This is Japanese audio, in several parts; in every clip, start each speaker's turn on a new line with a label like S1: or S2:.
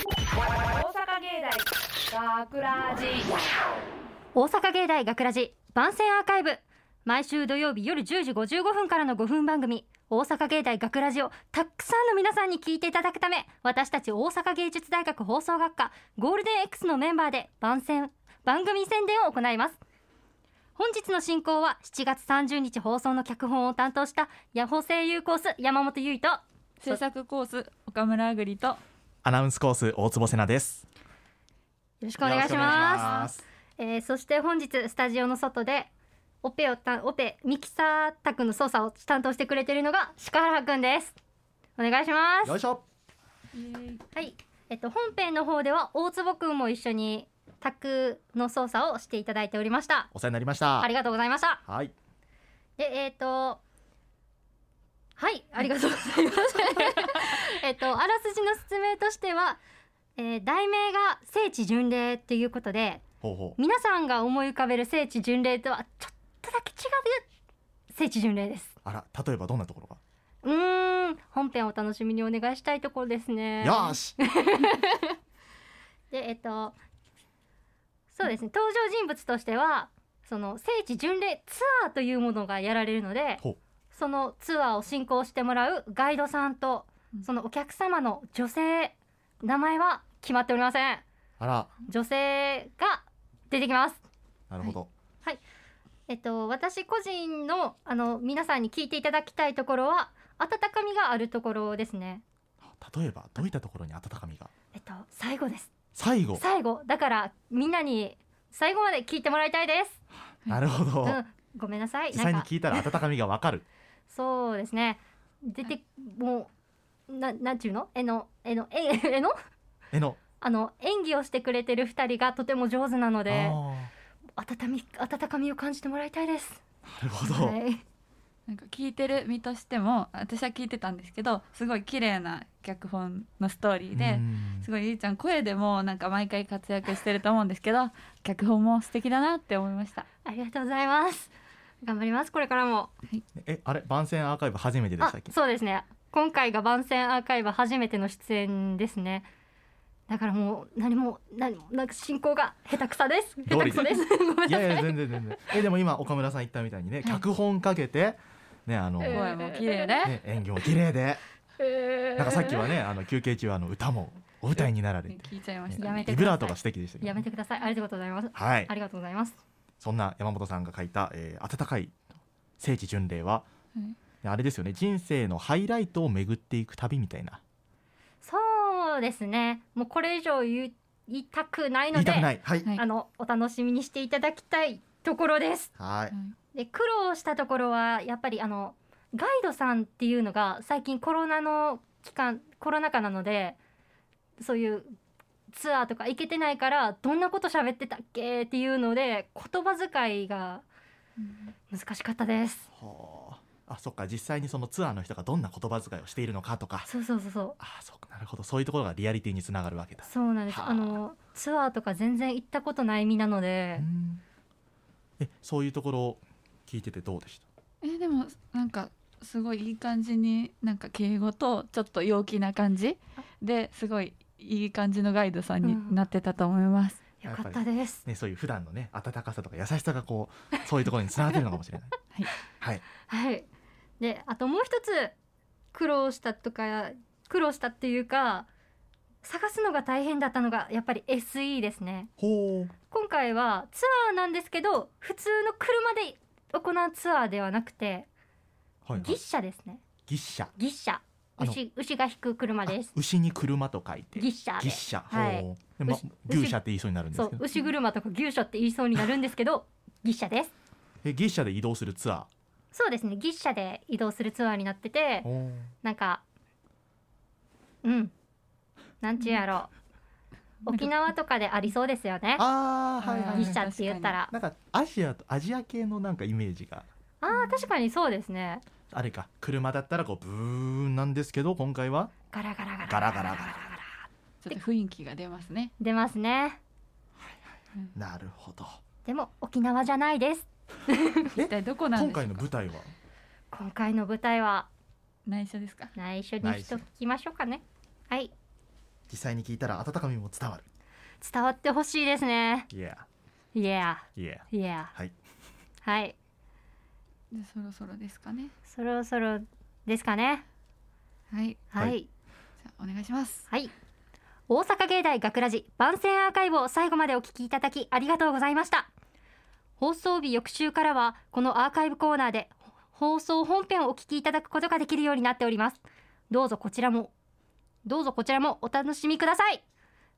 S1: 大阪芸大学ラジ
S2: 大阪芸大学ラジ番宣アーカイブ毎週土曜日夜10時55分からの5分番組大阪芸大学ラジをたくさんの皆さんに聞いていただくため私たち大阪芸術大学放送学科ゴールデン X のメンバーで番宣番組宣伝を行います本日の進行は7月30日放送の脚本を担当したヤホ声優コース山本優衣と
S3: 制作コース岡村あぐりとよ
S4: アナウンスコース大坪瀬奈です。
S2: よろしくお願いします
S4: す。
S2: えーそして本日スタジオの外でオペをたオペミキサー宅の操作を担当してくれているのが鹿原くんですお願いします
S4: よいしょ。
S2: はいえっと本編の方では大坪くんも一緒に宅の操作をしていただいておりました
S4: お世話になりました。
S2: ありがとうございました
S4: はい。
S2: でえっ、とはいありがとうござい ますえっとあらすじの説明としては、えー題名が聖地巡礼ということで
S4: ほうほう。
S2: 皆さんが思い浮かべる聖地巡礼とはちょっとだけ違う聖地巡礼です
S4: あら、例えばどんなところが。
S2: うーん本編をお楽しみにお願いしたいところですね
S4: よーし。
S2: でえっとそうですね登場人物としてはその聖地巡礼ツアーというものがやられるので
S4: ほう
S2: そのツアーを進行してもらうガイドさんと
S3: うん
S2: そのお客様の女性名前は決まっておりません
S4: あら、
S2: 女性が出てきます
S4: なるほど。
S2: えっと、私個人のあの皆さんに聞いていただきたいところは温かみがあるところですね。
S4: 例えば、どういったところに温かみが。
S2: えっと、最後です。
S4: 最後。
S2: 最後だからみんなに最後まで聞いてもらいたいです。
S4: なるほど
S2: う。ん、ごめんなさい。
S4: 実際
S2: な
S4: に
S2: んか
S4: 聞いたら温かみがわかる。
S2: そうですね。出て、
S3: は
S2: もうななんちゅうの？えのえのええの
S4: えの。
S2: あの演技をしてくれてる二人がとても上手なの
S4: あ あ
S2: で温み温かみを感じてもらいたいです。
S4: ー。なるほど。
S2: はい。
S3: なんか聞いてる身としても私は聞いてたんですけどすごい綺麗な脚本のストーリー
S4: う
S3: で
S4: ん
S3: すごいゆいちゃん声でもなんか毎回活躍してると思うんですけど脚本も素敵だなって思いました
S2: ありがとうございます。頑張りますこれからも。
S4: え、あれ、番宣アーカイブ初めてでし
S2: あ
S4: たっけ。
S2: そうですね今回が番宣アーカイブ初めての出演ですねだからもう何も何もなんか進行が下手くさです下
S4: どう
S2: 手
S4: り
S2: くそですごめんな
S4: いやい
S2: さ
S4: や、
S2: い
S4: 全然全然。え、でも今、岡村さん言ったみたいにね、脚本かけて。ね、あの。
S2: え
S4: ね
S3: 声も綺麗で
S4: 演技も綺麗で。
S2: えー
S4: なんかさっきはね、あの休憩中はあの歌もお歌いになられて、
S3: 聞いちゃいました
S2: やめ
S3: ね
S2: て
S4: ビブラートが素敵でしたけど
S2: やめてくださいありがとうございます
S4: はい
S2: あ。りがとうございます
S4: そんな山本さんが書いた、えー温かい聖地巡礼は、
S3: はい
S4: あれですよね、人生のハイライトを巡っていく旅みたいな。
S2: そうですねもうこれ以上言い言いたくない
S4: 言
S2: の
S4: い
S2: で
S4: たくない。はい。
S3: はい
S2: あのお楽しみにしていただきたいところです
S4: はい。
S2: で苦労したところはやっぱりあのガイドさんっていうのが最近コロナの期間コロナ禍なのでそういうツアーとか行けてないからどんなこと喋ってたっけっていうので言葉遣いが難しかったです。
S4: ほうあ、そっか、実際にそのツアーの人がどんな言葉遣いをしているのかとか。
S2: そうそうそうそう
S4: あ、そっか、なるほど、そういうところがリアリティにつながるわけだ。
S2: そうなんです。
S4: はあ
S2: あのツアーとか全然行ったことない身なので
S4: う、んえ、そういうところを聞いててどうでした。
S3: えでもなんかすごいいい感じになんか敬語とちょっと陽気な感じですごいいい感じのガイドさんになってたと思います、
S2: よかったです。
S4: ね、そういう普段のね、温かさとか優しさがこう、そういうところにつながってるのかもしれない。
S3: はい
S4: はい。
S2: はい。で、あともう一つ苦労したとか苦労したっていうか探すのが大変だったのがやっぱり SE ですね。
S4: ほう。
S2: 今回はツアーなんですけど普通の車で行うツアーではなくて
S4: はい、は
S2: 牛
S4: い。
S2: 車ですね。
S4: 牛車。
S2: 牛車。
S4: あの
S2: 牛牛が引く車です
S4: あ。牛に車と書いて。
S2: 牛車で
S4: 牛。車、
S2: はい
S4: ほうでま
S2: 牛
S4: 牛車って言いそうになるんで
S2: そ
S4: す
S2: う
S4: けど
S2: 牛車とか牛車って言いそうになるんですけど牛車です。
S4: え牛車で移動するツア
S2: そうですね牛車で移動するツアーになってて
S4: ー。ほう
S2: なんかうんなんちゅうやろう沖縄とかでありそうですよね
S4: あーはいはい、
S3: うん
S2: 牛車って言ったら
S4: なんかアジアとアジア系のなんかイメージが
S2: あー確かにそうですね
S4: あれか車だったらこうブーンなんですけど今回は
S2: ガラガラガラ
S4: ガラガラガラ
S3: ちょっと雰囲気が出ますね
S2: 出ますね
S4: なるほど
S2: でも沖縄じゃないです
S3: 一体どこなん
S4: 今
S3: でし
S4: 回
S3: ょ
S4: の
S3: うか
S4: 舞台は
S2: 今回の舞台は
S3: 内緒ですか
S2: 内緒にしときましょうかねはい
S4: 実際に聞いたら温かみも伝わる
S2: 伝わってほしいですね
S4: いや
S2: いや
S4: いや
S2: いや
S4: はい
S2: はい
S3: でそろそろですかね
S2: そろそろですかね
S3: はい
S2: は
S4: はいい
S3: じゃあお願いします
S2: はい大阪芸大学ラジ番宣アーカイブを最後までお聞きいただきありがとうございました放送日翌週からはこのアーカイブコーナーで放送本編をお聞きいただくことができるようになっておりますどうぞこちらもどうぞこちらもお楽しみください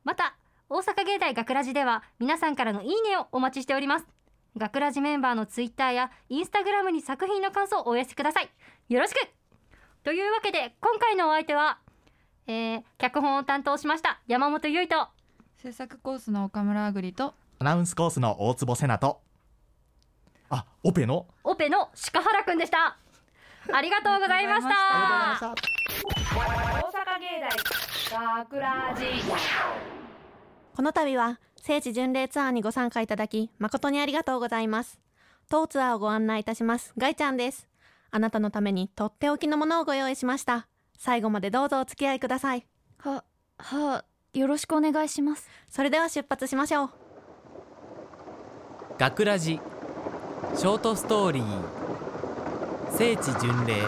S2: また大阪芸大学ラジでは皆さんからのいいねをお待ちしております学ラジメンバーのツイッターやインスタグラムに作品の感想をお寄せくださいよろしくというわけで今回のお相手はえー脚本を担当しました山本優衣と
S3: 制作コースの岡村あぐりと
S4: アナウンスコースの大坪瀬名とあオペの
S2: オペの鹿原くんでしたありがとうございまし
S3: ありがとうございま
S2: た
S4: た
S1: 大阪芸大学ラジ
S5: この度は聖地巡礼ツアーにご参加いただき誠にありがとうございます当ツアーをご案内いたしますガイちゃんですあなたのためにとっておきのものをご用意しました最後までどうぞお付き合いください
S6: は、は、よろしくお願いします。
S5: それでは出発しましょう
S7: 学ラジショートストーリー聖地巡礼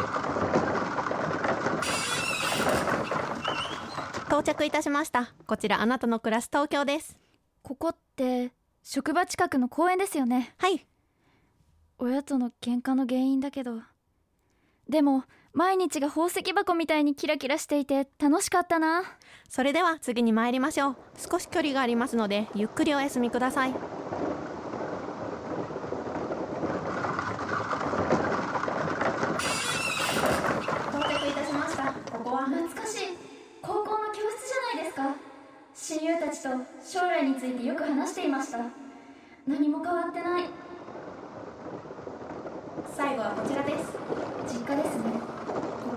S5: 到着いたしましたこちらあなたの暮らす東京です
S6: ここって、職場近くの公園ですよね。
S5: はい
S6: 親との喧嘩の原因だけど。でも、毎日が宝石箱みたいにキラキラしていて楽しかったな。
S5: それでは次に参りましょう少し距離がありますのでゆっくりお休みください到着いたしましたここは
S6: 懐かしい。高校の教室じゃないですか。親友たちと将来についてよく話していました。何も変わってない。
S5: 最後はこちらです
S6: 実家ですね。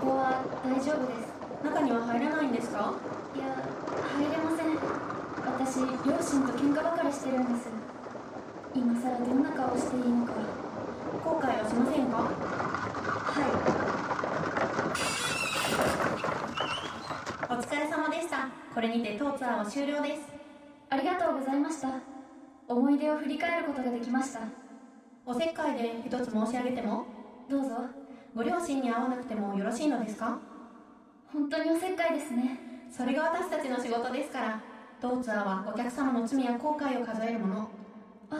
S6: ここは大丈夫です。
S5: 中には入らないんですか
S6: いや入れません私両親と喧嘩ばかりしてるんです今さらどんな顔をしていいのか
S5: 後悔はしませんか
S6: は
S5: お疲れ様でしたこれにて当ツアーは終了です
S6: いありがとうございました思い出を振り返ることができました
S5: おせっかいで一つ申し上げても
S6: どうぞ
S5: ご両親に会わなくてもよろしいのですか
S6: 本当におせっかいですね
S5: それが私たちの仕事ですから当ツアーはお客様の罪や後悔を数えるもの
S6: ああ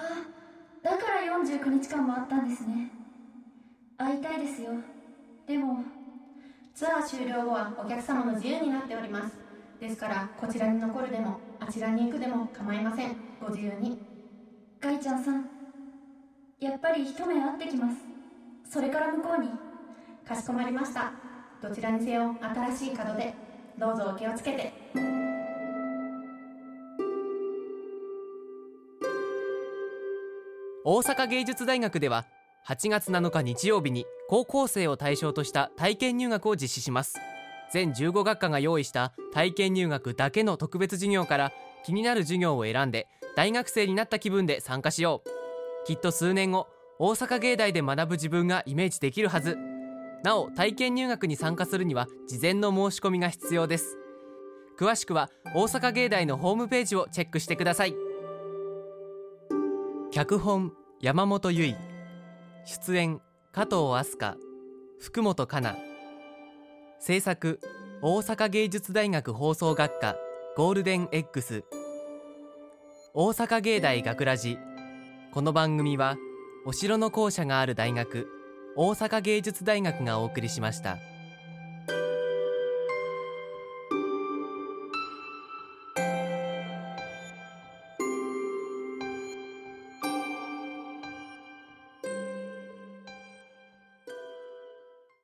S6: だから49日間もあったんですね会いたいですよでも
S5: ツアー終了後はお客様の自由になっておりますですからこちらに残るでもあちらに行くでも構いませんご自由に
S6: ガイちゃんさんやっぱり一目会ってきますそれから向こうに
S5: かしこまりましたどちらにせよ新しい門でどうぞお気をつけて
S7: 大阪芸術大学では8月7日日曜日に高校生を対象とした体験入学を実施します全15学科が用意した体験入学だけの特別授業から気になる授業を選んで大学生になった気分で参加しようきっと数年後大阪芸大で学ぶ自分がイメージできるはずなお体験入学に参加するには事前の申し込みが必要です詳しくは大阪芸大のホームページをチェックしてください脚本山本由依出演加藤飛鳥福本香奈制作大阪芸術大学放送学科ゴールデン X 大阪芸大学ラジこの番組はお城の校舎がある大学大阪芸術大学がお送りしました。